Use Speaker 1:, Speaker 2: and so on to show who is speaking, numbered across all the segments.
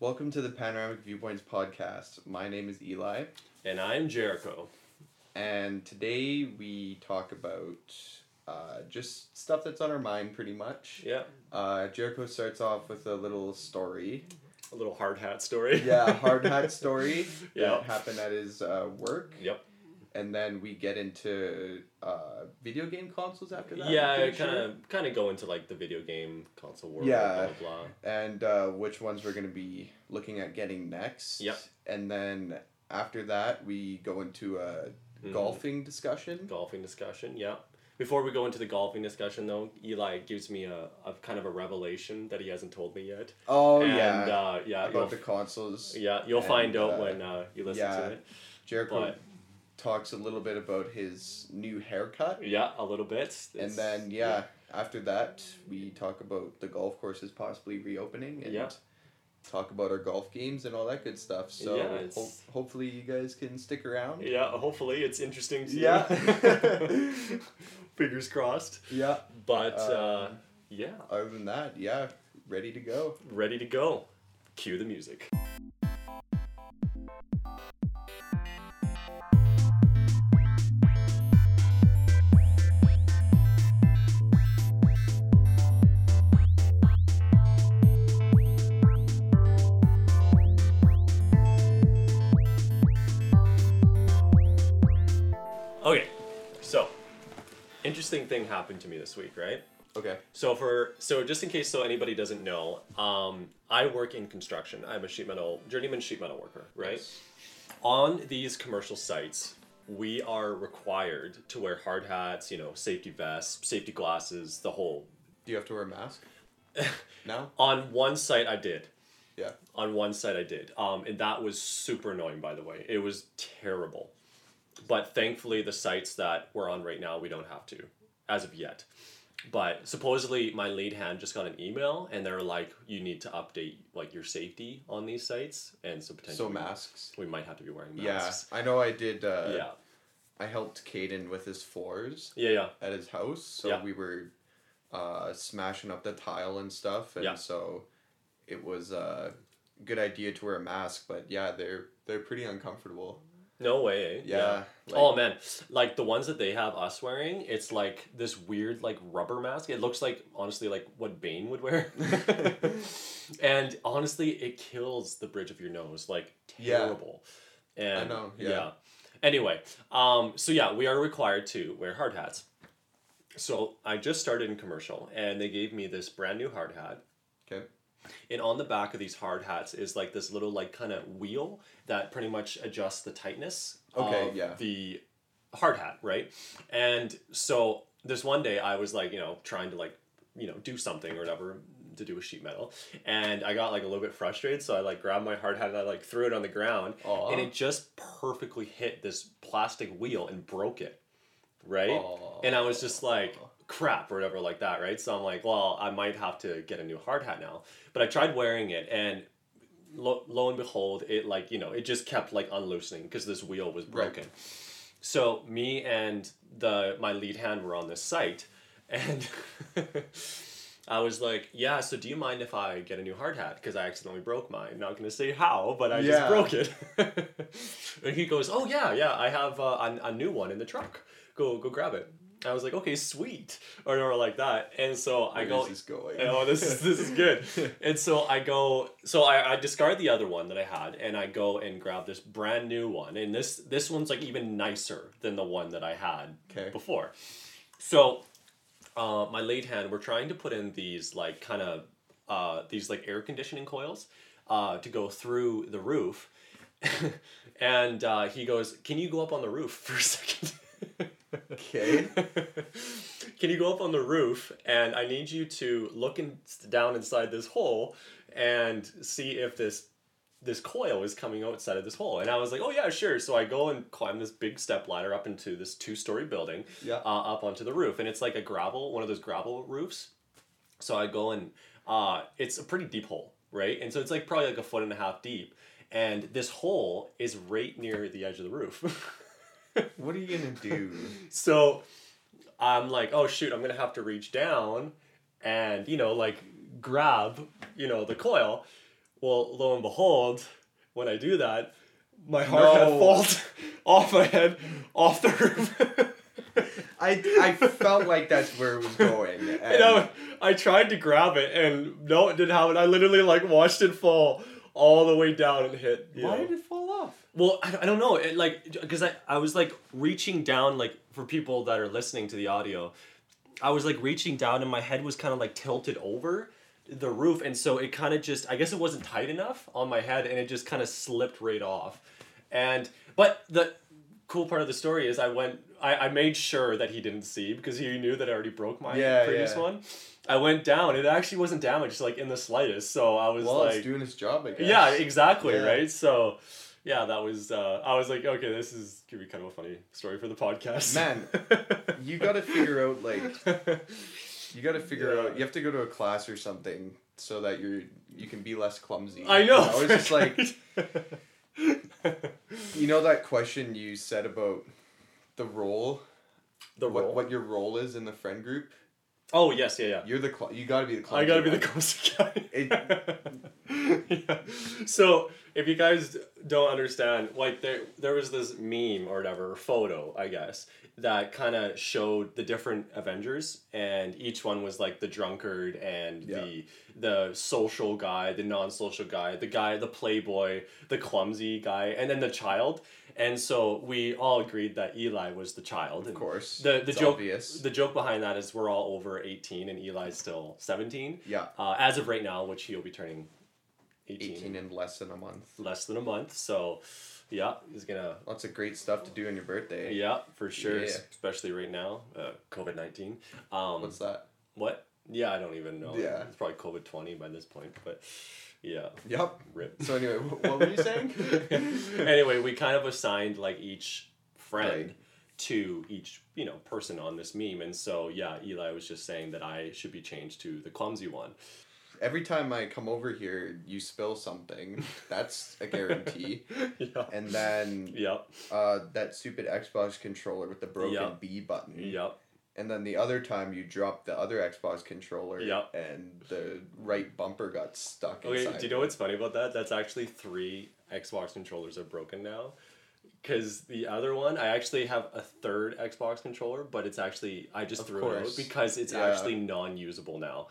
Speaker 1: Welcome to the Panoramic Viewpoints podcast. My name is Eli,
Speaker 2: And I'm Jericho.
Speaker 1: and today we talk about uh, just stuff that's on our mind pretty much.
Speaker 2: Yeah,
Speaker 1: Uh, Jericho starts off with a little story.
Speaker 2: a little hard hat story.
Speaker 1: Yeah, hard hat story
Speaker 2: Yeah.
Speaker 1: that happened at his uh, work.
Speaker 2: Yep.
Speaker 1: And then we get into uh, video game consoles after that. I'm
Speaker 2: Yeah,
Speaker 1: pretty
Speaker 2: kind of
Speaker 1: sure.
Speaker 2: kind of go into like the video game console world.
Speaker 1: Yeah.
Speaker 2: Blah blah. blah.
Speaker 1: and uh, which ones we're going to be looking at getting next.
Speaker 2: Yep.
Speaker 1: And then after that, we go into a
Speaker 2: Mhm.
Speaker 1: golfing discussion.
Speaker 2: Golfing discussion. Yeah. Before we go into the golfing discussion, though, Eli gives me a, a kind of a revelation that he hasn't told me yet.
Speaker 1: Oh,
Speaker 2: and,
Speaker 1: yeah.
Speaker 2: Uh, yeah. You'll,
Speaker 1: About the consoles.
Speaker 2: yeah. You'll
Speaker 1: and,
Speaker 2: find out
Speaker 1: uh,
Speaker 2: when uh, you listen
Speaker 1: yeah.
Speaker 2: to it.
Speaker 1: Jericho
Speaker 2: But-
Speaker 1: talks a little bit about his new haircut.
Speaker 2: Yeah, a little bit.
Speaker 1: and
Speaker 2: It's-
Speaker 1: then, yeah, after that, we talk about the golf courses possibly reopening and
Speaker 2: Yeah.
Speaker 1: talk about our golf games and all that good stuff. So
Speaker 2: Yeah,
Speaker 1: ho-
Speaker 2: it's-
Speaker 1: hopefully you guys can stick around.
Speaker 2: Yeah. Hopefully, it's interesting to you.
Speaker 1: Yeah.
Speaker 2: Fingers crossed.
Speaker 1: yeah.
Speaker 2: But uh,
Speaker 1: Um,
Speaker 2: yeah.
Speaker 1: Other than that, yeah, ready to go.
Speaker 2: ready to go. Cue the music. Okay, so interesting thing happened to me this week, right?
Speaker 1: Okay.
Speaker 2: So for so just in case so anybody doesn't know, um, I work in construction. I'm a sheet metal journeyman sheet metal worker, right? On these commercial sites, we are required to wear hard hats, you know, safety vests, safety glasses, the whole.
Speaker 1: Do you have to wear a mask? no?
Speaker 2: On one site, I did.
Speaker 1: Yeah.
Speaker 2: On one site, I did, um, and that was super annoying. By the way, it was terrible. But thankfully, the sites that we're on right now, we don't have to, as of yet. But supposedly, my lead hand just got an email, and they're like, "You need to update like your safety on these sites," and so potentially
Speaker 1: So masks.
Speaker 2: we might have to be wearing
Speaker 1: Yeah.
Speaker 2: masks.
Speaker 1: I know I did uh
Speaker 2: yeah,
Speaker 1: I helped Caden with his floors
Speaker 2: yeah, yeah.
Speaker 1: at his house. So
Speaker 2: Yeah.
Speaker 1: we were uh smashing up the tile and stuff and
Speaker 2: Yeah.
Speaker 1: so it was a good idea to wear a mask, but yeah, they're they're pretty uncomfortable.
Speaker 2: No way. eh?
Speaker 1: Yeah.
Speaker 2: oh man, like the ones that they have us wearing, it's like this weird like rubber mask. It looks like honestly like what Bane would wear. and honestly, it kills the bridge of your nose like
Speaker 1: Yeah.
Speaker 2: terrible. And
Speaker 1: know, yeah.
Speaker 2: Anyway, um so yeah, we are required to wear hard hats. So I just started in commercial and they gave me this brand new hard hat
Speaker 1: Okay.
Speaker 2: and on the back of these hard hats is like this little like kind of wheel that pretty much adjusts the tightness
Speaker 1: Okay,
Speaker 2: of
Speaker 1: yeah.
Speaker 2: the hard hat, right? And so this one day I was like, you know, trying to like, you know, do something or whatever to do with sheet metal. And I got like a little bit frustrated, so I like grabbed my hard hat and I like threw it on the ground
Speaker 1: Aw.
Speaker 2: and it just perfectly hit this plastic wheel and broke it. Right?
Speaker 1: Aw.
Speaker 2: And I was just like, crap, or whatever, like that, right? So I'm like, well, I might have to get a new hard hat now. But I tried wearing it, and lo, lo and behold, it like, you know, it just kept like unloosening because this wheel was
Speaker 1: Right.
Speaker 2: broken. So me and the my lead hand were on this site, and I was like, yeah, so do you mind if I get a new hard hat? Because I accidentally broke mine. Not going to say how, but I
Speaker 1: Yeah.
Speaker 2: just broke it. and he goes, oh, yeah, yeah, I have uh, a, a new one in the truck. Go go grab it. I was like, okay, sweet. Or, or like that. And so I
Speaker 1: Where
Speaker 2: go,
Speaker 1: is this going?
Speaker 2: oh, this is, this is good. And so I go, so I, I discard the other one that I had and I go and grab this brand new one. And this, this one's like even nicer than the one that I had
Speaker 1: Okay.
Speaker 2: before. So, uh, my late hand, we're trying to put in these like kind of uh, these like air conditioning coils uh, to go through the roof, and uh, he goes, "Can you go up on the roof for a second?
Speaker 1: Okay.
Speaker 2: Can you go up on the roof? And I need you to look in, down inside this hole and see if this." This coil is coming outside of this hole, and I was like, "Oh yeah, sure." So I go and climb this big step ladder up into this two-story building,
Speaker 1: Yeah.
Speaker 2: uh, up onto the roof, and it's like a gravel, one of those gravel roofs. So I go and uh, it's a pretty deep hole, right? And so it's like probably like a foot and a half deep, and this hole is right near the edge of the roof.
Speaker 1: what are you gonna do?
Speaker 2: so I'm like, oh shoot, I'm gonna have to reach down and you know like grab you know the coil. Well, lo and behold, when I do that, my hard hat
Speaker 1: No.
Speaker 2: falls off my head, off the roof.
Speaker 1: I, I felt like that's where it was going.
Speaker 2: You
Speaker 1: And
Speaker 2: know, I tried to grab it, and no, it didn't happen. I literally like watched it fall all the way down and hit. You
Speaker 1: why
Speaker 2: know.
Speaker 1: did it fall off?
Speaker 2: Well, I, I don't know. It, like, because I, I was like reaching down, like for people that are listening to the audio, I was like reaching down and my head was kind of like tilted over the roof. And so it kind of just, I guess it wasn't tight enough on my head and it just kind of slipped right off. And, but the cool part of the story is I went, I, I made sure that he didn't see because he knew that I already broke my
Speaker 1: Yeah,
Speaker 2: previous
Speaker 1: yeah.
Speaker 2: one. I went down. It actually wasn't damaged, like in the slightest. So I was
Speaker 1: Well,
Speaker 2: like,
Speaker 1: it's doing its job, I guess.
Speaker 2: yeah, exactly,
Speaker 1: Yeah.
Speaker 2: right? So yeah, that was uh I was like, okay, this is gonna be kind of a funny story for the podcast.
Speaker 1: Man, you gotta figure out like you gotta figure
Speaker 2: Yeah.
Speaker 1: out you have to go to a class or something so that you're you can be less clumsy.
Speaker 2: I know.
Speaker 1: You know, it's just like
Speaker 2: like
Speaker 1: you know that question you said about the role,
Speaker 2: the
Speaker 1: what
Speaker 2: role.
Speaker 1: what your role is in the friend group.
Speaker 2: Oh yes, yeah, yeah.
Speaker 1: You're the cl- you gotta be the clumsy.
Speaker 2: I gotta be the
Speaker 1: one.
Speaker 2: clumsy guy.
Speaker 1: It-
Speaker 2: yeah. So if you guys don't understand, like there there was this meme or whatever or photo, I guess, that kind of showed the different Avengers, and each one was like the drunkard and the the social guy, the non-social guy, the guy, the playboy, the clumsy guy, and then the child. And so we all agreed that Eli was the child.
Speaker 1: of course.
Speaker 2: The the
Speaker 1: It's
Speaker 2: joke
Speaker 1: obvious.
Speaker 2: the joke behind that is we're all over eighteen and Eli's still seventeen
Speaker 1: yeah,
Speaker 2: uh, as of right now, which he'll be turning 18,
Speaker 1: eighteen and less than a month.
Speaker 2: in less than a month. So, yeah, he's gonna,
Speaker 1: Lots of great stuff to do on your birthday.
Speaker 2: yeah, for sure,
Speaker 1: Yeah.
Speaker 2: especially right now, uh, COVID 19. Um,
Speaker 1: What's that?
Speaker 2: what? Yeah, I don't even know.
Speaker 1: Yeah.
Speaker 2: It's probably COVID 20 by this point, but yeah,
Speaker 1: Yep.
Speaker 2: rip.
Speaker 1: So anyway, wh- what were you saying?
Speaker 2: anyway, we kind of assigned like each friend.
Speaker 1: Right.
Speaker 2: To each, you know, person on this meme, and so yeah, Eli was just saying that I should be changed to the clumsy one.
Speaker 1: Every time I come over here, you spill something. That's a guarantee.
Speaker 2: yeah.
Speaker 1: and then
Speaker 2: Yep.
Speaker 1: uh, that stupid Xbox controller with the broken
Speaker 2: Yeah.
Speaker 1: B button.
Speaker 2: Yep.
Speaker 1: And then the other time you dropped the other Xbox controller
Speaker 2: Yeah.
Speaker 1: and the right bumper got stuck
Speaker 2: Okay,
Speaker 1: inside.
Speaker 2: do you know what's funny about that? That's actually three Xbox controllers are broken now. Because the other one, I actually have a third Xbox controller, but it's actually, I just
Speaker 1: Of
Speaker 2: threw it out
Speaker 1: course.
Speaker 2: because it's
Speaker 1: Yeah.
Speaker 2: actually non usable now.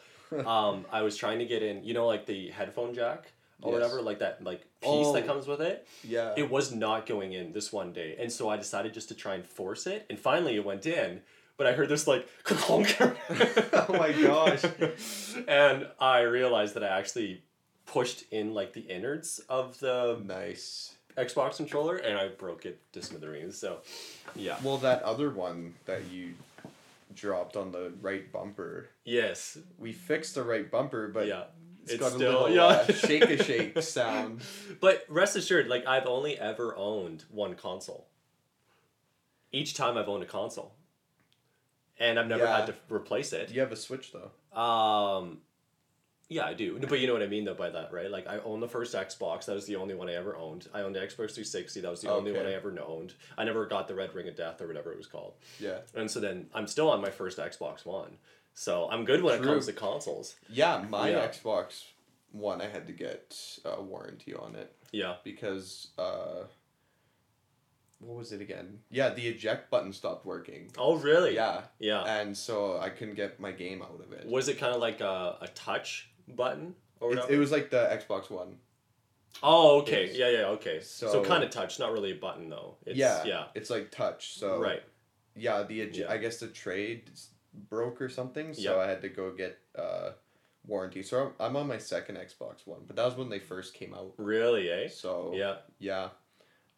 Speaker 2: um, I was trying to get in, you know, like the headphone jack or
Speaker 1: Yes.
Speaker 2: whatever, like that like piece that
Speaker 1: Oh.
Speaker 2: comes with it.
Speaker 1: Yeah.
Speaker 2: It was not going in this one day, and so I decided just to try and force it, and finally it went in. But I heard this like clunk. oh
Speaker 1: my gosh.
Speaker 2: And I realized that I actually pushed in like the innards of the
Speaker 1: nice.
Speaker 2: Xbox controller, and I broke it to smithereens. So, yeah.
Speaker 1: Well, that other one that you dropped on the right bumper,
Speaker 2: Yes.
Speaker 1: we fixed the right bumper, but
Speaker 2: yeah.
Speaker 1: it's got a little uh, shake a shake sound.
Speaker 2: But rest assured, like I've only ever owned one console. Each time I've owned a console, and I've never had
Speaker 1: Yeah.
Speaker 2: to replace it.
Speaker 1: You have a Switch though.
Speaker 2: Um, yeah, I do. No, But you know what I mean though by that, right? Like I own the first Xbox. That was the only one I ever owned. I owned the Xbox 360. That was the only
Speaker 1: Okay.
Speaker 2: one I ever owned. I never got the Red Ring of Death or whatever it was called.
Speaker 1: Yeah.
Speaker 2: And so then I'm still on my first Xbox One. So I'm good when it
Speaker 1: True.
Speaker 2: comes to consoles.
Speaker 1: Yeah, my
Speaker 2: Yeah.
Speaker 1: Xbox one I had to get a warranty on it.
Speaker 2: Yeah.
Speaker 1: because uh what was it again? Yeah, the eject button stopped working.
Speaker 2: Oh really?
Speaker 1: Yeah.
Speaker 2: Yeah.
Speaker 1: And so I couldn't get my game out of it.
Speaker 2: Was it kind of like a, a touch button or
Speaker 1: It,
Speaker 2: whatever?
Speaker 1: it was like the Xbox One.
Speaker 2: oh, okay.
Speaker 1: was-
Speaker 2: Yeah, yeah, okay. So,
Speaker 1: So-
Speaker 2: kind of touch, not really a button though. It's,
Speaker 1: yeah.
Speaker 2: Yeah.
Speaker 1: It's like touch. So
Speaker 2: right.
Speaker 1: Yeah, the ej-
Speaker 2: Yeah.
Speaker 1: I guess the trade s- broke or something, so
Speaker 2: Yeah.
Speaker 1: I had to go get uh warranty. So I'm, I'm on my second Xbox One, but that was when they first came out.
Speaker 2: Really, eh?
Speaker 1: So
Speaker 2: Yeah.
Speaker 1: yeah.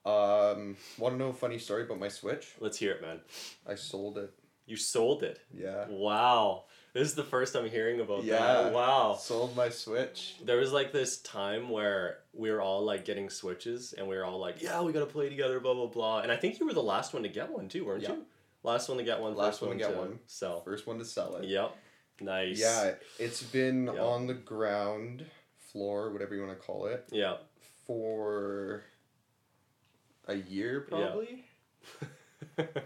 Speaker 1: Um, want to know a funny story about my Switch?
Speaker 2: Let's hear it, man.
Speaker 1: I sold it.
Speaker 2: You sold it.
Speaker 1: Yeah.
Speaker 2: Wow. This is the first I'm hearing about
Speaker 1: Yeah.
Speaker 2: that. Wow.
Speaker 1: Sold my Switch.
Speaker 2: There was like this time where we were all like getting switches and we were all like, yeah, we gotta play together, blah, blah, blah. And I think you were the last one to get one too, weren't
Speaker 1: Yeah.
Speaker 2: you? Last one to get one,
Speaker 1: Last
Speaker 2: first
Speaker 1: one to
Speaker 2: one
Speaker 1: get
Speaker 2: to
Speaker 1: one.
Speaker 2: sell.
Speaker 1: First one to sell it.
Speaker 2: Yep. Nice.
Speaker 1: Yeah, it's been
Speaker 2: Yeah.
Speaker 1: on the ground, floor, whatever you want to call it,
Speaker 2: Yeah.
Speaker 1: for a year probably.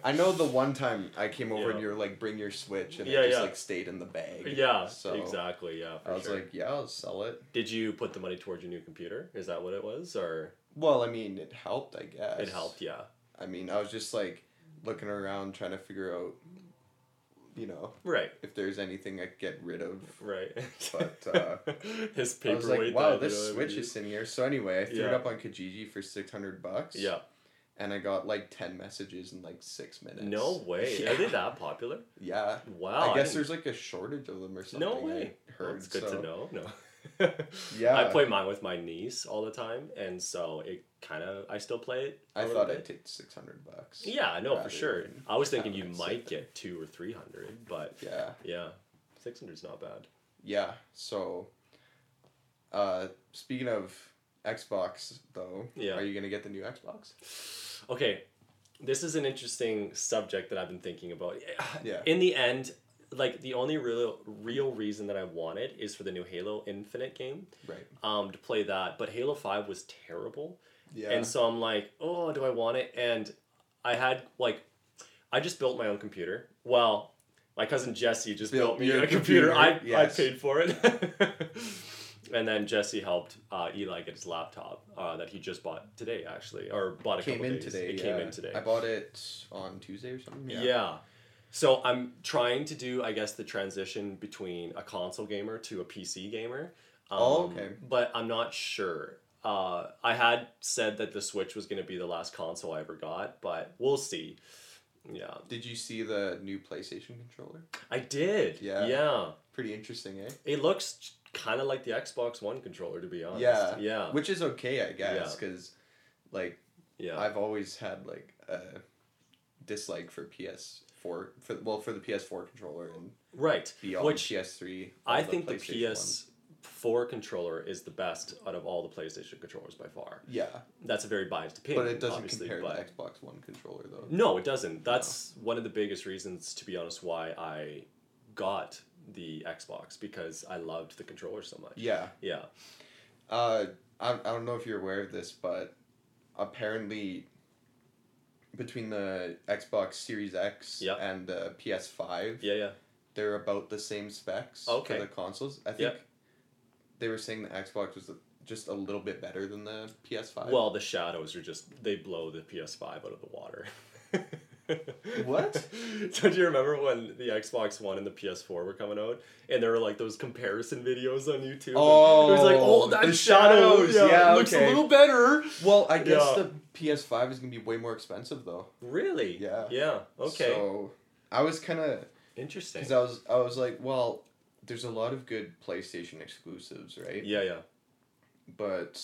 Speaker 1: I know the one time I came over and
Speaker 2: Yeah.
Speaker 1: you were like, bring your Switch, and
Speaker 2: Yeah,
Speaker 1: it just
Speaker 2: yeah.
Speaker 1: like stayed in the bag.
Speaker 2: yeah,
Speaker 1: So
Speaker 2: exactly. Yeah, for
Speaker 1: I was
Speaker 2: sure.
Speaker 1: like, yeah, I'll sell it.
Speaker 2: Did you put the money towards your new computer? Is that what it was, or
Speaker 1: Well, I mean, it helped, I guess.
Speaker 2: it helped? Yeah,
Speaker 1: I mean, I was just like looking around trying to figure out, you know,
Speaker 2: right,
Speaker 1: if there's anything I could get rid of.
Speaker 2: right.
Speaker 1: But, uh,
Speaker 2: his
Speaker 1: I was
Speaker 2: paperweight.
Speaker 1: like, wow,
Speaker 2: that, you
Speaker 1: this
Speaker 2: know what I
Speaker 1: Switch
Speaker 2: mean?
Speaker 1: is in here. So anyway, I threw it
Speaker 2: Yeah.
Speaker 1: up on Kijiji for six hundred bucks.
Speaker 2: Yeah.
Speaker 1: And I got like ten messages in like six minutes.
Speaker 2: No way.
Speaker 1: Yeah.
Speaker 2: Are they that popular?
Speaker 1: Yeah.
Speaker 2: Wow.
Speaker 1: I guess
Speaker 2: didn't-
Speaker 1: there's like a shortage of them or something.
Speaker 2: no way.
Speaker 1: I
Speaker 2: Well,
Speaker 1: heard.
Speaker 2: It's good
Speaker 1: so-
Speaker 2: to know. No.
Speaker 1: Yeah.
Speaker 2: I play mine with my niece all the time, and so it kind of I still play it. I
Speaker 1: I thought I'd take six hundred bucks.
Speaker 2: Yeah, no,
Speaker 1: rather
Speaker 2: for sure.
Speaker 1: than
Speaker 2: I was thinking you
Speaker 1: having it
Speaker 2: might
Speaker 1: sit
Speaker 2: get two or three hundred, but
Speaker 1: Yeah.
Speaker 2: yeah, six hundred's not bad.
Speaker 1: Yeah. So. Uh, speaking of Xbox, though.
Speaker 2: Yeah.
Speaker 1: Are you gonna get the new Xbox?
Speaker 2: Okay, this is an interesting subject that I've been thinking about.
Speaker 1: Yeah.
Speaker 2: In the end, like the only real real reason that I want it is for the new Halo Infinite game,
Speaker 1: Right.
Speaker 2: um, to play that. But Halo Five was terrible.
Speaker 1: Yeah.
Speaker 2: And so I'm like, oh, do I want it? And I had like, I just built my own computer. Well, my cousin Jesse just
Speaker 1: Built
Speaker 2: built, me
Speaker 1: your
Speaker 2: a computer.
Speaker 1: computer,
Speaker 2: I,
Speaker 1: yes.
Speaker 2: I paid for it. and then Jesse helped uh, Eli get his laptop uh, that he just bought today, actually, or bought a
Speaker 1: came
Speaker 2: couple
Speaker 1: in
Speaker 2: days.
Speaker 1: today.
Speaker 2: It
Speaker 1: yeah.
Speaker 2: came in today.
Speaker 1: I bought it on Tuesday or something.
Speaker 2: Yeah. So I'm trying to do, I guess, the transition between a console gamer to a PC gamer. Um,
Speaker 1: Oh, okay.
Speaker 2: But I'm not sure. Uh, I had said that the Switch was going to be the last console I ever got, but we'll see. Yeah,
Speaker 1: Did you see the new PlayStation controller?
Speaker 2: I did.
Speaker 1: Yeah.
Speaker 2: Yeah.
Speaker 1: Pretty interesting, eh?
Speaker 2: It looks kind of like the Xbox One controller, to be honest.
Speaker 1: Yeah.
Speaker 2: Yeah.
Speaker 1: Which is okay, I guess, because like
Speaker 2: yeah.
Speaker 1: I've always had like a dislike for PS4 for well for the PS4 controller and um,
Speaker 2: right.
Speaker 1: beyond
Speaker 2: Which
Speaker 1: PS3. all
Speaker 2: I think the
Speaker 1: PlayStation ones.
Speaker 2: PS4 controller is the best out of all the PlayStation controllers by far.
Speaker 1: Yeah,
Speaker 2: That's a very biased opinion.
Speaker 1: but it doesn't
Speaker 2: obviously,
Speaker 1: compare
Speaker 2: but-
Speaker 1: to the Xbox One controller though.
Speaker 2: No, it doesn't. That's one of the biggest reasons, to be honest, why I got the Xbox because I loved the controller so much.
Speaker 1: Yeah.
Speaker 2: Yeah.
Speaker 1: Uh, I, I don't know if you're aware of this, but apparently between the Xbox Series X
Speaker 2: Yep.
Speaker 1: and the PS5,
Speaker 2: Yeah. Yeah.
Speaker 1: they're about the same specs
Speaker 2: Okay.
Speaker 1: for the consoles. I think
Speaker 2: Yep.
Speaker 1: they were saying the Xbox was just a little bit better than the PS5.
Speaker 2: Well, the shadows are just, they blow the PS5 out of the water.
Speaker 1: What?
Speaker 2: Don't you remember when the Xbox One and the PS4 were coming out, and there were like those comparison videos on YouTube? and it was like,
Speaker 1: Oh,
Speaker 2: oh, that
Speaker 1: the
Speaker 2: shadow,
Speaker 1: shadows,
Speaker 2: yeah,
Speaker 1: yeah,
Speaker 2: it looks
Speaker 1: okay.
Speaker 2: a little better.
Speaker 1: well, I guess
Speaker 2: Yeah.
Speaker 1: the PS5 is gonna be way more expensive though.
Speaker 2: Really?
Speaker 1: Yeah.
Speaker 2: Yeah. Okay.
Speaker 1: So I was kind of
Speaker 2: Interesting.
Speaker 1: because I was I was like, well, there's a lot of good PlayStation exclusives, right?
Speaker 2: yeah. Yeah.
Speaker 1: But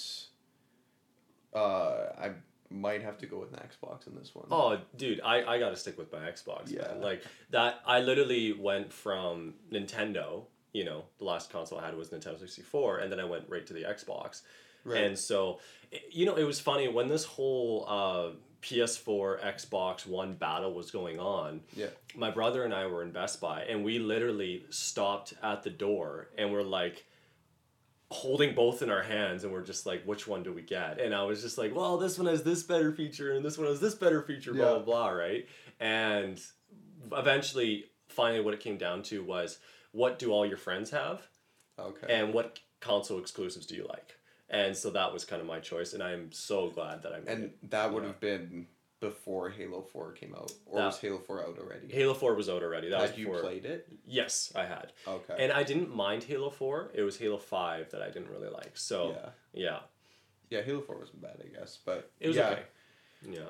Speaker 1: uh, I might have to go with an Xbox in this one.
Speaker 2: Oh, dude, I, I gotta stick with my Xbox. Yeah.
Speaker 1: Yeah.
Speaker 2: Like that, I literally went from Nintendo. You know, the last console I had was Nintendo sixty four, and then I went right to the Xbox.
Speaker 1: Right.
Speaker 2: And so, i- you know, it was funny when this whole uh, PS four Xbox One battle was going on.
Speaker 1: Yeah.
Speaker 2: My brother and I were in Best Buy, and we literally stopped at the door, and we're like holding both in our hands and we're just like which one do we get and i was just like well this one has this better feature and this one has this better feature
Speaker 1: Yeah.
Speaker 2: blah blah blah right and eventually finally what it came down to was what do all your friends have
Speaker 1: Okay.
Speaker 2: and what console exclusives do you like and so that was kind of my choice and i'm so glad that i made
Speaker 1: And
Speaker 2: it
Speaker 1: that would have been before Halo Four came out, or
Speaker 2: That-
Speaker 1: was Halo Four out already?
Speaker 2: halo 4 was out already that
Speaker 1: Had
Speaker 2: was
Speaker 1: you
Speaker 2: before
Speaker 1: played it?
Speaker 2: yes i had
Speaker 1: Okay.
Speaker 2: and i didn't mind halo 4 it was halo 5 that i didn't really like so
Speaker 1: yeah,
Speaker 2: yeah,
Speaker 1: yeah, Halo Four wasn't bad, I guess, but
Speaker 2: it was
Speaker 1: yeah.
Speaker 2: okay yeah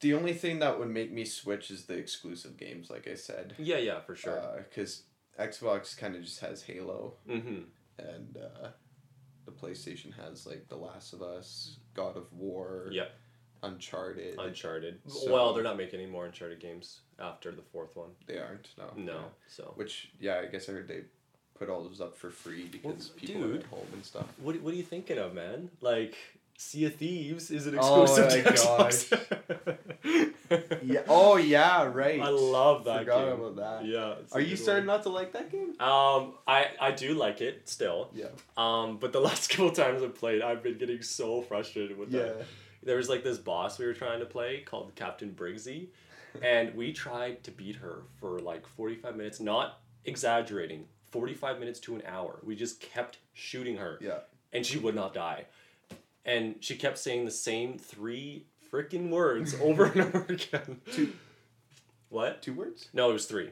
Speaker 1: The only thing that would make me switch is the exclusive games, like I said,
Speaker 2: yeah yeah for sure
Speaker 1: Uh, because Xbox kind of just has Halo,
Speaker 2: mm-hmm
Speaker 1: and uh, the PlayStation has like The Last of Us, God of War,
Speaker 2: Yeah.
Speaker 1: Uncharted.
Speaker 2: Uncharted.
Speaker 1: So-
Speaker 2: well, they're not making any more Uncharted games after the fourth one.
Speaker 1: they aren't no.
Speaker 2: No.
Speaker 1: Yeah.
Speaker 2: So
Speaker 1: Which yeah, I guess I heard they put all those up for free because people are
Speaker 2: dude.
Speaker 1: at home and stuff.
Speaker 2: what what are you thinking of, man? Like Sea of Thieves is an
Speaker 1: Oh
Speaker 2: exclusive to
Speaker 1: my
Speaker 2: Xbox.
Speaker 1: Yeah. Oh yeah, right.
Speaker 2: I love that
Speaker 1: Forgot
Speaker 2: game.
Speaker 1: about that.
Speaker 2: Yeah. it's a
Speaker 1: Are you
Speaker 2: good
Speaker 1: starting
Speaker 2: one.
Speaker 1: not to like that game?
Speaker 2: Um, I I do like it still.
Speaker 1: Yeah.
Speaker 2: Um, but the last couple times I played, I've been getting so frustrated with
Speaker 1: Yeah.
Speaker 2: that there was like this boss we were trying to play called Captain Briggsy, and we tried to beat her for like 45 minutes, not exaggerating, 45 minutes to an hour. We just kept shooting her,
Speaker 1: Yeah.
Speaker 2: and she would not die. And she kept saying the same three freaking words over and over again.
Speaker 1: Two
Speaker 2: What?
Speaker 1: two words?
Speaker 2: No, it was three.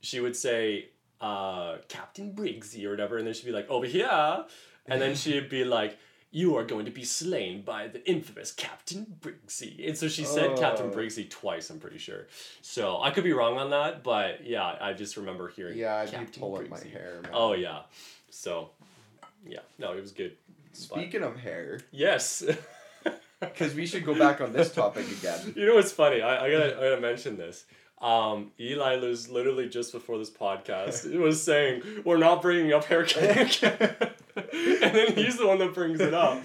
Speaker 2: She would say, uh, Captain Briggsy or whatever, and then she'd be like, over here. And then she'd be like, you are going to be slain by the infamous Captain Briggsy. And so she said Captain
Speaker 1: Oh.
Speaker 2: Briggsy twice, I'm pretty sure. So I could be wrong on that, but yeah, I just remember hearing
Speaker 1: Yeah, I'd be
Speaker 2: Captain
Speaker 1: pulling my
Speaker 2: Briggsy.
Speaker 1: hair. Man.
Speaker 2: Oh, yeah. So, yeah. No, it was good.
Speaker 1: Speaking of hair,
Speaker 2: Yes.
Speaker 1: because we should go back on this topic again.
Speaker 2: You know what's funny? I, I gotta I gotta mention this. Um, Eli was literally just before this podcast it was saying we're not bringing up hair care again," and then he's the one that brings it up.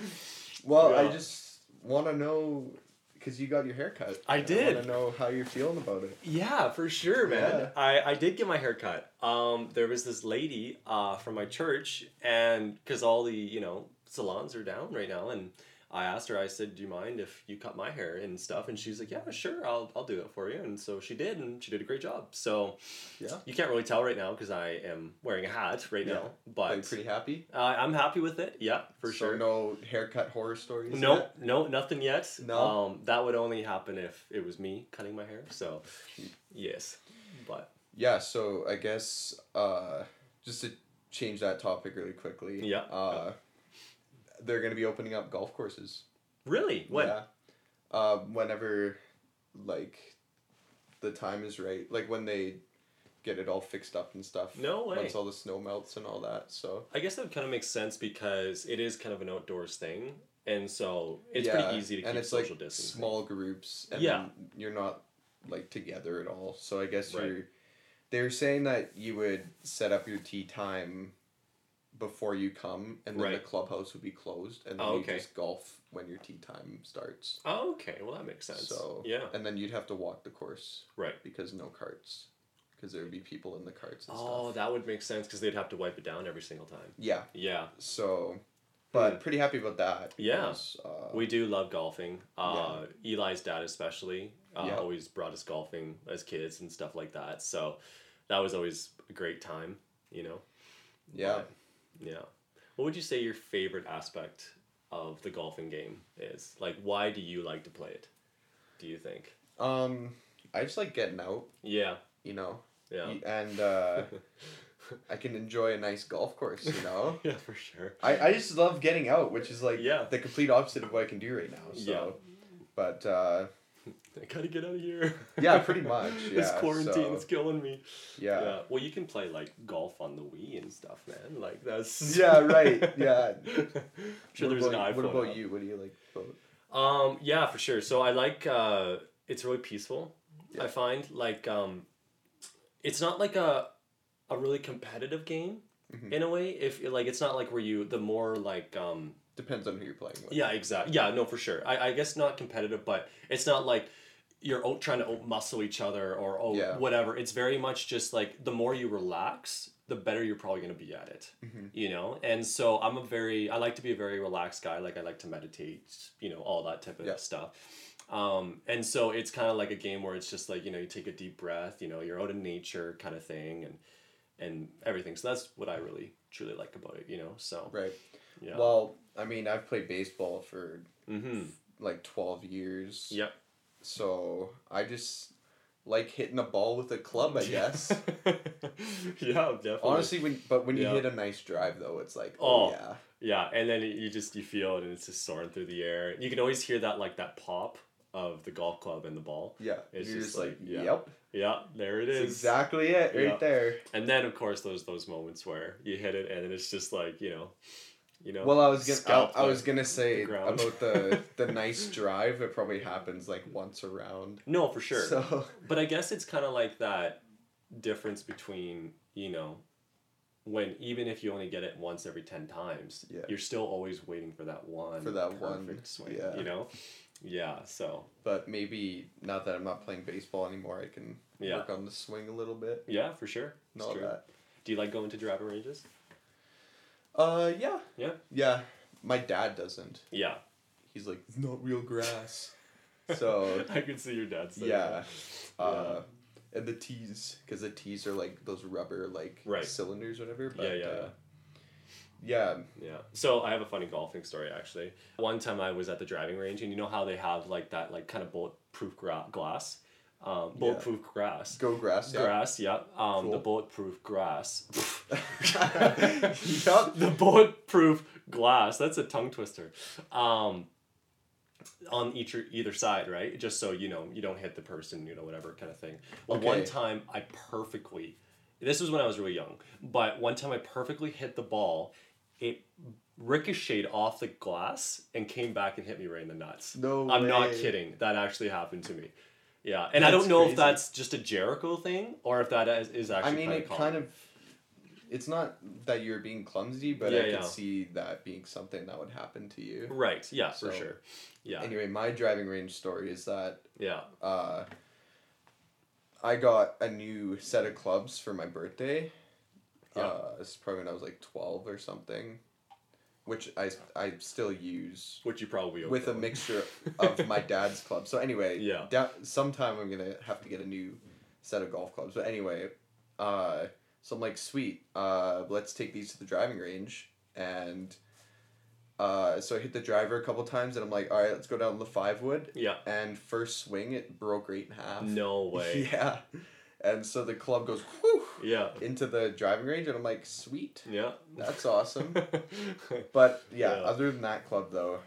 Speaker 1: Well, I
Speaker 2: Yeah.
Speaker 1: just want to know because you got your hair cut.
Speaker 2: I did.
Speaker 1: want to know how you're feeling about it.
Speaker 2: Yeah, for sure, man.
Speaker 1: Yeah.
Speaker 2: I, I did get my hair cut. Um, there was this lady uh, from my church, and because all the, you know, salons are down right now, and I asked her, I said, Do you mind if you cut my hair and stuff? And she's like, Yeah, sure, I'll, I'll do it for you. And so she did, and she did a great job. So
Speaker 1: Yeah.
Speaker 2: you can't really tell right now because I am wearing a hat right
Speaker 1: Yeah.
Speaker 2: now,
Speaker 1: Are you
Speaker 2: but
Speaker 1: pretty happy?
Speaker 2: uh, I'm happy with it. Yeah, for
Speaker 1: So
Speaker 2: sure.
Speaker 1: No haircut horror stories.
Speaker 2: No,
Speaker 1: yet?
Speaker 2: no, nothing yet.
Speaker 1: No?
Speaker 2: Um, that would only happen if it was me cutting my hair. So, yes, but
Speaker 1: Yeah. So I guess uh, just to change that topic really quickly.
Speaker 2: Yeah.
Speaker 1: Uh, they're gonna be opening up golf courses.
Speaker 2: really, what?
Speaker 1: Yeah. Uh, whenever, like, the time is right. Like when they get it all fixed up and stuff.
Speaker 2: No way.
Speaker 1: Once all the snow melts and all that. So
Speaker 2: I guess that kind of makes sense because it is kind of an outdoors thing, and so it's
Speaker 1: Yeah,
Speaker 2: pretty easy to keep
Speaker 1: and it's
Speaker 2: social
Speaker 1: like
Speaker 2: distance.
Speaker 1: small groups. And
Speaker 2: Yeah.
Speaker 1: You're not like together at all. So I guess
Speaker 2: Right.
Speaker 1: you're. They're saying that you would set up your tea time before you come, and then the
Speaker 2: Right.
Speaker 1: clubhouse would be closed, and then
Speaker 2: Oh,
Speaker 1: you
Speaker 2: okay.
Speaker 1: just golf when your tea time starts.
Speaker 2: Oh, okay, well that makes sense.
Speaker 1: So
Speaker 2: yeah,
Speaker 1: and then you'd have to walk the course.
Speaker 2: right.
Speaker 1: because no carts because there would be people in the carts and
Speaker 2: Oh,
Speaker 1: stuff
Speaker 2: that would make sense because they'd have to wipe it down every single time.
Speaker 1: yeah
Speaker 2: Yeah,
Speaker 1: so but
Speaker 2: Hmm.
Speaker 1: pretty happy about that
Speaker 2: Yeah.
Speaker 1: because, uh,
Speaker 2: we do love golfing. Uh, Eli's dad especially uh,
Speaker 1: Yeah.
Speaker 2: always brought us golfing as kids and stuff like that. So that was always a great time. You know.
Speaker 1: yeah
Speaker 2: But, yeah. What would you say your favorite aspect of the golfing game is? Like, why do you like to play it? Do you think?
Speaker 1: um i just like getting out
Speaker 2: Yeah.
Speaker 1: you know
Speaker 2: Yeah.
Speaker 1: y- and uh, i can enjoy a nice golf course you know
Speaker 2: Yeah, for sure.
Speaker 1: I, I just love getting out which is like
Speaker 2: Yeah.
Speaker 1: the complete opposite of what i can do right now so
Speaker 2: Yeah.
Speaker 1: but uh,
Speaker 2: I gotta get out of here.
Speaker 1: Yeah, pretty much,
Speaker 2: this
Speaker 1: yeah, so-
Speaker 2: quarantine is killing me.
Speaker 1: yeah. yeah
Speaker 2: Well, you can play like golf on the Wii and stuff, man. Like that's.
Speaker 1: right yeah
Speaker 2: sure,
Speaker 1: what
Speaker 2: there's an
Speaker 1: about,
Speaker 2: iPhone.
Speaker 1: what
Speaker 2: out.
Speaker 1: about you what do you like about
Speaker 2: Um, yeah, for sure. So I like uh it's really peaceful.
Speaker 1: Yeah.
Speaker 2: I find like um it's not like a a really competitive game
Speaker 1: Mhm.
Speaker 2: in a way. If like it's not like where you the more like um
Speaker 1: depends on who you're playing with
Speaker 2: yeah, exactly. Yeah, no, for sure. I, I guess not competitive, but it's not like you're out trying to out muscle each other or oh
Speaker 1: Yeah.
Speaker 2: whatever. It's very much just like the more you relax, the better you're probably gonna be at it.
Speaker 1: Mhm.
Speaker 2: You know, and so I'm a very I like to be a very relaxed guy. Like I like to meditate. You know, all that type of
Speaker 1: Yeah.
Speaker 2: stuff. Um, and so it's kind of like a game where it's just like you know you take a deep breath. You know, you're out in nature kind of thing and and everything. So that's what I really truly like about it. You know, so
Speaker 1: right
Speaker 2: yeah.
Speaker 1: Well, I mean, I've played baseball for
Speaker 2: mm-hmm.
Speaker 1: like 12 years.
Speaker 2: Yep.
Speaker 1: So I just like hitting a ball with a club, I guess.
Speaker 2: yeah, definitely.
Speaker 1: Honestly, when but when
Speaker 2: Yeah.
Speaker 1: you hit a nice drive though, it's like, oh,
Speaker 2: Oh.
Speaker 1: yeah.
Speaker 2: Yeah, and then you just you feel it, and it's just soaring through the air. You can always hear that like that pop of the golf club and the ball.
Speaker 1: Yeah.
Speaker 2: It's
Speaker 1: You're
Speaker 2: just
Speaker 1: just like,
Speaker 2: like, yeah,
Speaker 1: yep.
Speaker 2: Yeah, there it
Speaker 1: It's
Speaker 2: is.
Speaker 1: exactly it right
Speaker 2: Yeah.
Speaker 1: there.
Speaker 2: And then of course those those moments where you hit it, and then it's just like you know, you know.
Speaker 1: Well, I was gonna
Speaker 2: scalp
Speaker 1: I, I
Speaker 2: the-
Speaker 1: was gonna say
Speaker 2: ground.
Speaker 1: about the the nice drive. It probably happens like once around.
Speaker 2: no, for sure.
Speaker 1: So
Speaker 2: But I guess it's kind of like that difference between, you know, when even if you only get it once every 10 times,
Speaker 1: Yeah.
Speaker 2: you're still always waiting for that one
Speaker 1: For that one,
Speaker 2: perfect swing,
Speaker 1: yeah.
Speaker 2: you know? Yeah, so
Speaker 1: but maybe now that I'm not playing baseball anymore, I can
Speaker 2: Yeah.
Speaker 1: work on the swing a little bit
Speaker 2: yeah, for sure.
Speaker 1: and
Speaker 2: It's
Speaker 1: all
Speaker 2: true.
Speaker 1: that.
Speaker 2: Do you like going to driving ranges?
Speaker 1: Uh yeah.
Speaker 2: Yeah.
Speaker 1: Yeah. My dad doesn't.
Speaker 2: Yeah.
Speaker 1: He's like, it's not real grass. so
Speaker 2: I can see your dad saying
Speaker 1: yeah,
Speaker 2: that.
Speaker 1: uh, and the T's because the T's are like those rubber like
Speaker 2: Right.
Speaker 1: cylinders, whatever. But,
Speaker 2: Yeah, yeah,
Speaker 1: Uh, yeah.
Speaker 2: Yeah. So I have a funny golfing story actually. One time I was at the driving range, and you know how they have like that like kind of bulletproof gra- glass, um, bulletproof grass.
Speaker 1: Go grass. Yeah.
Speaker 2: Grass, yeah. Um, The
Speaker 1: Cool.
Speaker 2: bulletproof grass.
Speaker 1: Yup.
Speaker 2: the bulletproof glass. That's a tongue twister. Um, on each either side, right? Just so you know, you don't hit the person, you know, whatever kind of thing. Well, one
Speaker 1: Okay.
Speaker 2: time I perfectly. This was when I was really young, but one time I perfectly hit the ball. It ricocheted off the glass and came back and hit me right in the nuts.
Speaker 1: No
Speaker 2: I'm not
Speaker 1: way.
Speaker 2: kidding. That actually happened to me. Yeah, and I
Speaker 1: That's
Speaker 2: don't know if
Speaker 1: crazy.
Speaker 2: that's just a Jericho thing or if that is, is actually.
Speaker 1: I mean,
Speaker 2: kinda
Speaker 1: it
Speaker 2: common.
Speaker 1: kind of. It's not that you're being clumsy, but
Speaker 2: Yeah,
Speaker 1: I could
Speaker 2: yeah.
Speaker 1: see that being something that would happen to you.
Speaker 2: Right. Yeah.
Speaker 1: So-
Speaker 2: for sure. Yeah.
Speaker 1: Anyway, my driving range story is that
Speaker 2: yeah.
Speaker 1: uh, I got a new set of clubs for my birthday.
Speaker 2: Yeah.
Speaker 1: Uh, it's probably when I was like twelve or something, which I I still use
Speaker 2: Which you probably
Speaker 1: with a
Speaker 2: overlooked.
Speaker 1: mixture of my dad's club. So anyway,
Speaker 2: Yeah.
Speaker 1: da- sometime I'm gonna have to get a new set of golf clubs. But anyway, uh, so I'm like, sweet, uh, let's take these to the driving range. And uh, so I hit the driver a couple times, and I'm like, all right, let's go down the five wood.
Speaker 2: Yeah.
Speaker 1: And first swing, it broke right in half.
Speaker 2: No way.
Speaker 1: Yeah. And so the club goes whew,
Speaker 2: yeah.
Speaker 1: into the driving range, and I'm like, sweet,
Speaker 2: Yeah.
Speaker 1: that's awesome. But yeah,
Speaker 2: Yeah.
Speaker 1: other than that club though,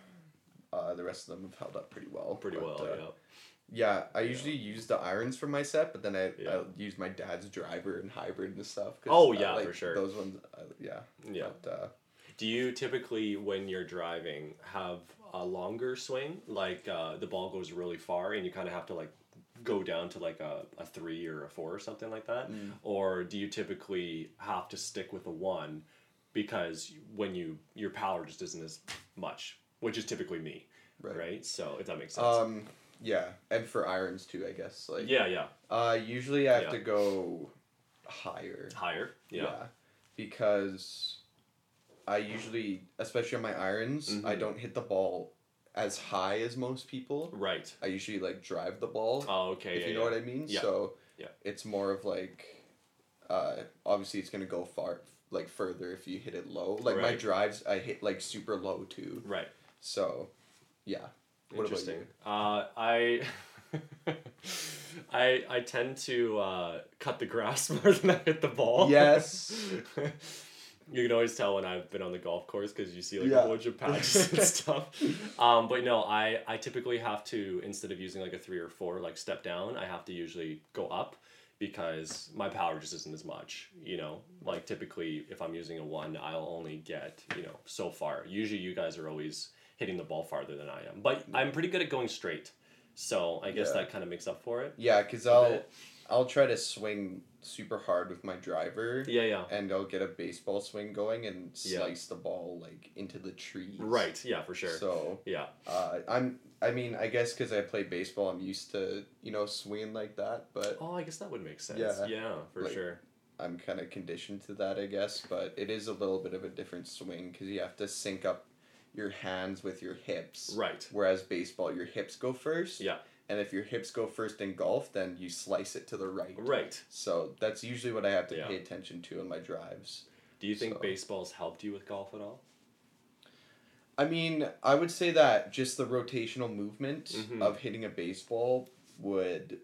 Speaker 1: uh, the rest of them have held up pretty well.
Speaker 2: Pretty
Speaker 1: But,
Speaker 2: well.
Speaker 1: uh, yeah, I usually use the irons for my set, but then I
Speaker 2: Yeah.
Speaker 1: I use my dad's driver and hybrid and stuff. 'cause
Speaker 2: Oh,
Speaker 1: I
Speaker 2: yeah,
Speaker 1: like
Speaker 2: for sure.
Speaker 1: Those ones, uh, yeah,
Speaker 2: yeah. Yeah.
Speaker 1: But, uh,
Speaker 2: Do you typically, when you're driving, have a longer swing? Like uh, the ball goes really far, and you kind of have to like go down to like a, a three or a four or something like that?
Speaker 1: Mm.
Speaker 2: Or do you typically have to stick with a one because when you your power just isn't as much, which is typically me, right?
Speaker 1: Right.
Speaker 2: So if that makes sense.
Speaker 1: um, yeah, and for irons too, I guess. Like,
Speaker 2: yeah. Yeah.
Speaker 1: Uh, usually I have
Speaker 2: Yeah.
Speaker 1: to go higher.
Speaker 2: Higher. Yeah.
Speaker 1: because I usually, especially on my irons, I
Speaker 2: Mhm.
Speaker 1: don't hit the ball as high as most people.
Speaker 2: Right.
Speaker 1: I usually like drive the ball.
Speaker 2: Oh, okay.
Speaker 1: if
Speaker 2: yeah,
Speaker 1: you know
Speaker 2: yeah.
Speaker 1: what I mean.
Speaker 2: Yeah.
Speaker 1: So
Speaker 2: Yeah.
Speaker 1: it's more of like, uh, obviously it's gonna go far, like further if you hit it low. Like my
Speaker 2: Right.
Speaker 1: drives, I hit like super low too.
Speaker 2: Right.
Speaker 1: So, yeah. What about
Speaker 2: Interesting.
Speaker 1: you?
Speaker 2: Uh, I. I, I tend to uh, cut the grass more than I hit the ball.
Speaker 1: Yes.
Speaker 2: you can always tell when I've been on the golf course because you see like
Speaker 1: Yeah.
Speaker 2: a bunch of patches and stuff. Um, but no, I, I typically have to instead of using like a three or four like step down, I have to usually go up because my power just isn't as much. You know, like typically if I'm using a one, I'll only get you know so far. Usually you guys are always hitting the ball farther than I am, but I'm pretty good at going straight. So I guess
Speaker 1: Yeah.
Speaker 2: that kind of makes up for it.
Speaker 1: Yeah, cause I'll, I'll try to swing super hard with my driver.
Speaker 2: Yeah, yeah.
Speaker 1: and I'll get a baseball swing going and
Speaker 2: Yeah.
Speaker 1: slice the ball like into the trees.
Speaker 2: Right. Yeah, for sure.
Speaker 1: So
Speaker 2: yeah.
Speaker 1: uh, I'm. I mean, I guess because I play baseball, I'm used to you know swinging like that, but
Speaker 2: Oh, I guess that would make sense.
Speaker 1: Yeah.
Speaker 2: Yeah, for
Speaker 1: Like-
Speaker 2: sure.
Speaker 1: I'm kind of conditioned to that, I guess. But it is a little bit of a different swing because you have to sync up your hands with your hips.
Speaker 2: Right.
Speaker 1: Whereas baseball, your hips go first.
Speaker 2: Yeah.
Speaker 1: And if your hips go first in golf, then you slice it to the right.
Speaker 2: Right.
Speaker 1: So that's usually what I have to
Speaker 2: Yeah.
Speaker 1: pay attention to in my drives.
Speaker 2: Do you think
Speaker 1: So-
Speaker 2: baseball's helped you with golf at all?
Speaker 1: I mean, I would say that just the rotational movement
Speaker 2: Mhm.
Speaker 1: of hitting a baseball would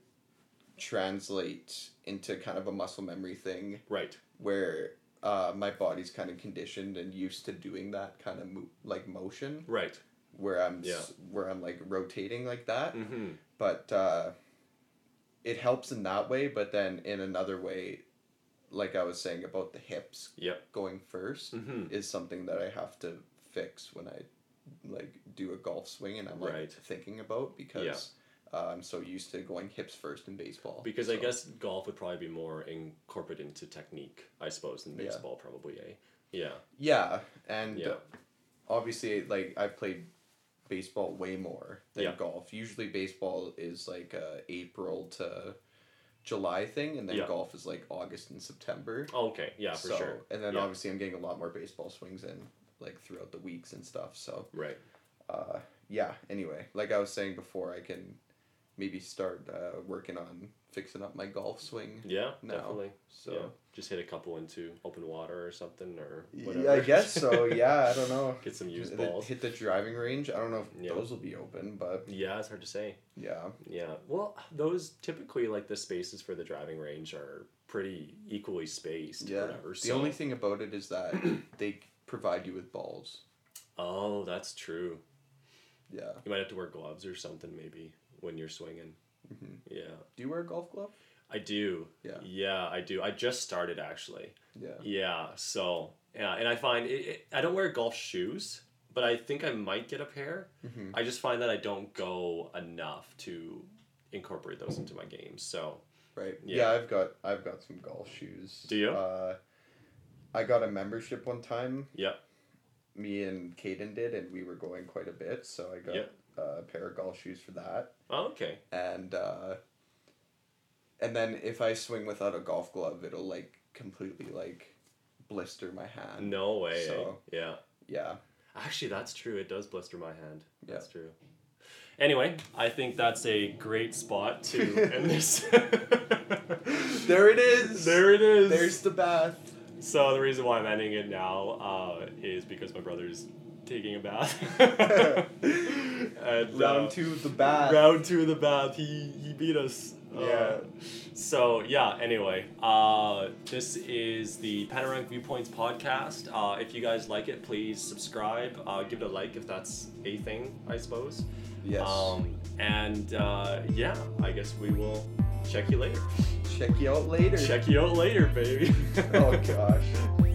Speaker 1: translate into kind of a muscle memory thing
Speaker 2: Right.
Speaker 1: where uh, my body's kind of conditioned and used to doing that kind of mo- like motion
Speaker 2: Right.
Speaker 1: where I'm s- where I'm like rotating like that
Speaker 2: Mm-hmm.
Speaker 1: but uh, it helps in that way but then in another way like I was saying about the hips
Speaker 2: Yep.
Speaker 1: going 1st
Speaker 2: Mm-hmm.
Speaker 1: is something that I have to fix when I like do a golf swing and I'm like
Speaker 2: Right.
Speaker 1: thinking about because uh, I'm so used to going hips first in baseball.
Speaker 2: Because I
Speaker 1: so-
Speaker 2: guess golf would probably be more incorporated into technique, I suppose, than
Speaker 1: Yeah.
Speaker 2: baseball probably, eh? Yeah.
Speaker 1: yeah, and
Speaker 2: Yeah.
Speaker 1: obviously like I've played baseball way more than
Speaker 2: Yeah.
Speaker 1: golf. Usually baseball is like a April to July thing, and then
Speaker 2: Yeah.
Speaker 1: golf is like August and September.
Speaker 2: Oh, okay. Yeah, for
Speaker 1: so
Speaker 2: sure.
Speaker 1: and then
Speaker 2: Yeah.
Speaker 1: obviously I'm getting a lot more baseball swings in like throughout the weeks and stuff. So
Speaker 2: Right.
Speaker 1: uh, yeah, anyway, like I was saying before, I can maybe start uh, working on fixing up my golf swing.
Speaker 2: Yeah,
Speaker 1: No.
Speaker 2: definitely.
Speaker 1: So
Speaker 2: yeah. just hit a couple into open water or something or whatever.
Speaker 1: yeah, I guess so. Yeah, I don't know.
Speaker 2: Get some used
Speaker 1: Hit the-
Speaker 2: balls.
Speaker 1: Hit the driving range. I don't know if
Speaker 2: Yeah.
Speaker 1: those will be open, but
Speaker 2: Yeah, it's hard to say.
Speaker 1: yeah,
Speaker 2: Yeah. Well, those typically like the spaces for the driving range are pretty equally spaced.
Speaker 1: yeah.
Speaker 2: Or whatever.
Speaker 1: the
Speaker 2: so-
Speaker 1: only thing about it is that they provide you with balls.
Speaker 2: Oh, that's true.
Speaker 1: Yeah.
Speaker 2: You might have to wear gloves or something maybe when you're swinging.
Speaker 1: Mhm.
Speaker 2: Yeah.
Speaker 1: Do you wear a golf glove?
Speaker 2: I do.
Speaker 1: Yeah.
Speaker 2: Yeah, I do. I just started actually.
Speaker 1: Yeah.
Speaker 2: Yeah. So yeah, and I find it, it, I don't wear golf shoes, but I think I might get a pair.
Speaker 1: Mhm.
Speaker 2: I just find that I don't go enough to incorporate those into my games. So
Speaker 1: Right.
Speaker 2: Yeah.
Speaker 1: Yeah. I've got I've got some golf shoes.
Speaker 2: Do you?
Speaker 1: Uh, I got a membership one time.
Speaker 2: yeah,
Speaker 1: Me and Caden did, and we were going quite a bit, so I got
Speaker 2: Yeah.
Speaker 1: uh, a pair of golf shoes for that.
Speaker 2: oh, okay.
Speaker 1: And uh, and then if I swing without a golf glove, it'll like completely like blister my hand.
Speaker 2: No way. eh?
Speaker 1: So-
Speaker 2: Yeah.
Speaker 1: Yeah.
Speaker 2: Actually, that's true. It does blister my hand.
Speaker 1: Yeah.
Speaker 2: That's true. Anyway, I think that's a great spot to end this.
Speaker 1: There it is.
Speaker 2: there it is.
Speaker 1: There's the bath.
Speaker 2: So the reason why I'm ending it now uh, is because my brother's taking a bath. And, uh,
Speaker 1: Round two of the bath.
Speaker 2: Round two of the bath. He he beat us. Uh,
Speaker 1: Yeah.
Speaker 2: So yeah. Anyway, uh, this is the Panoramic Viewpoints podcast. Uh, if you guys like it, please subscribe. Uh, give it a like if that's a thing, I suppose.
Speaker 1: Yes.
Speaker 2: Um, and uh, yeah, I guess we will check you later.
Speaker 1: Check you out later.
Speaker 2: Check you out later, baby.
Speaker 1: Oh gosh.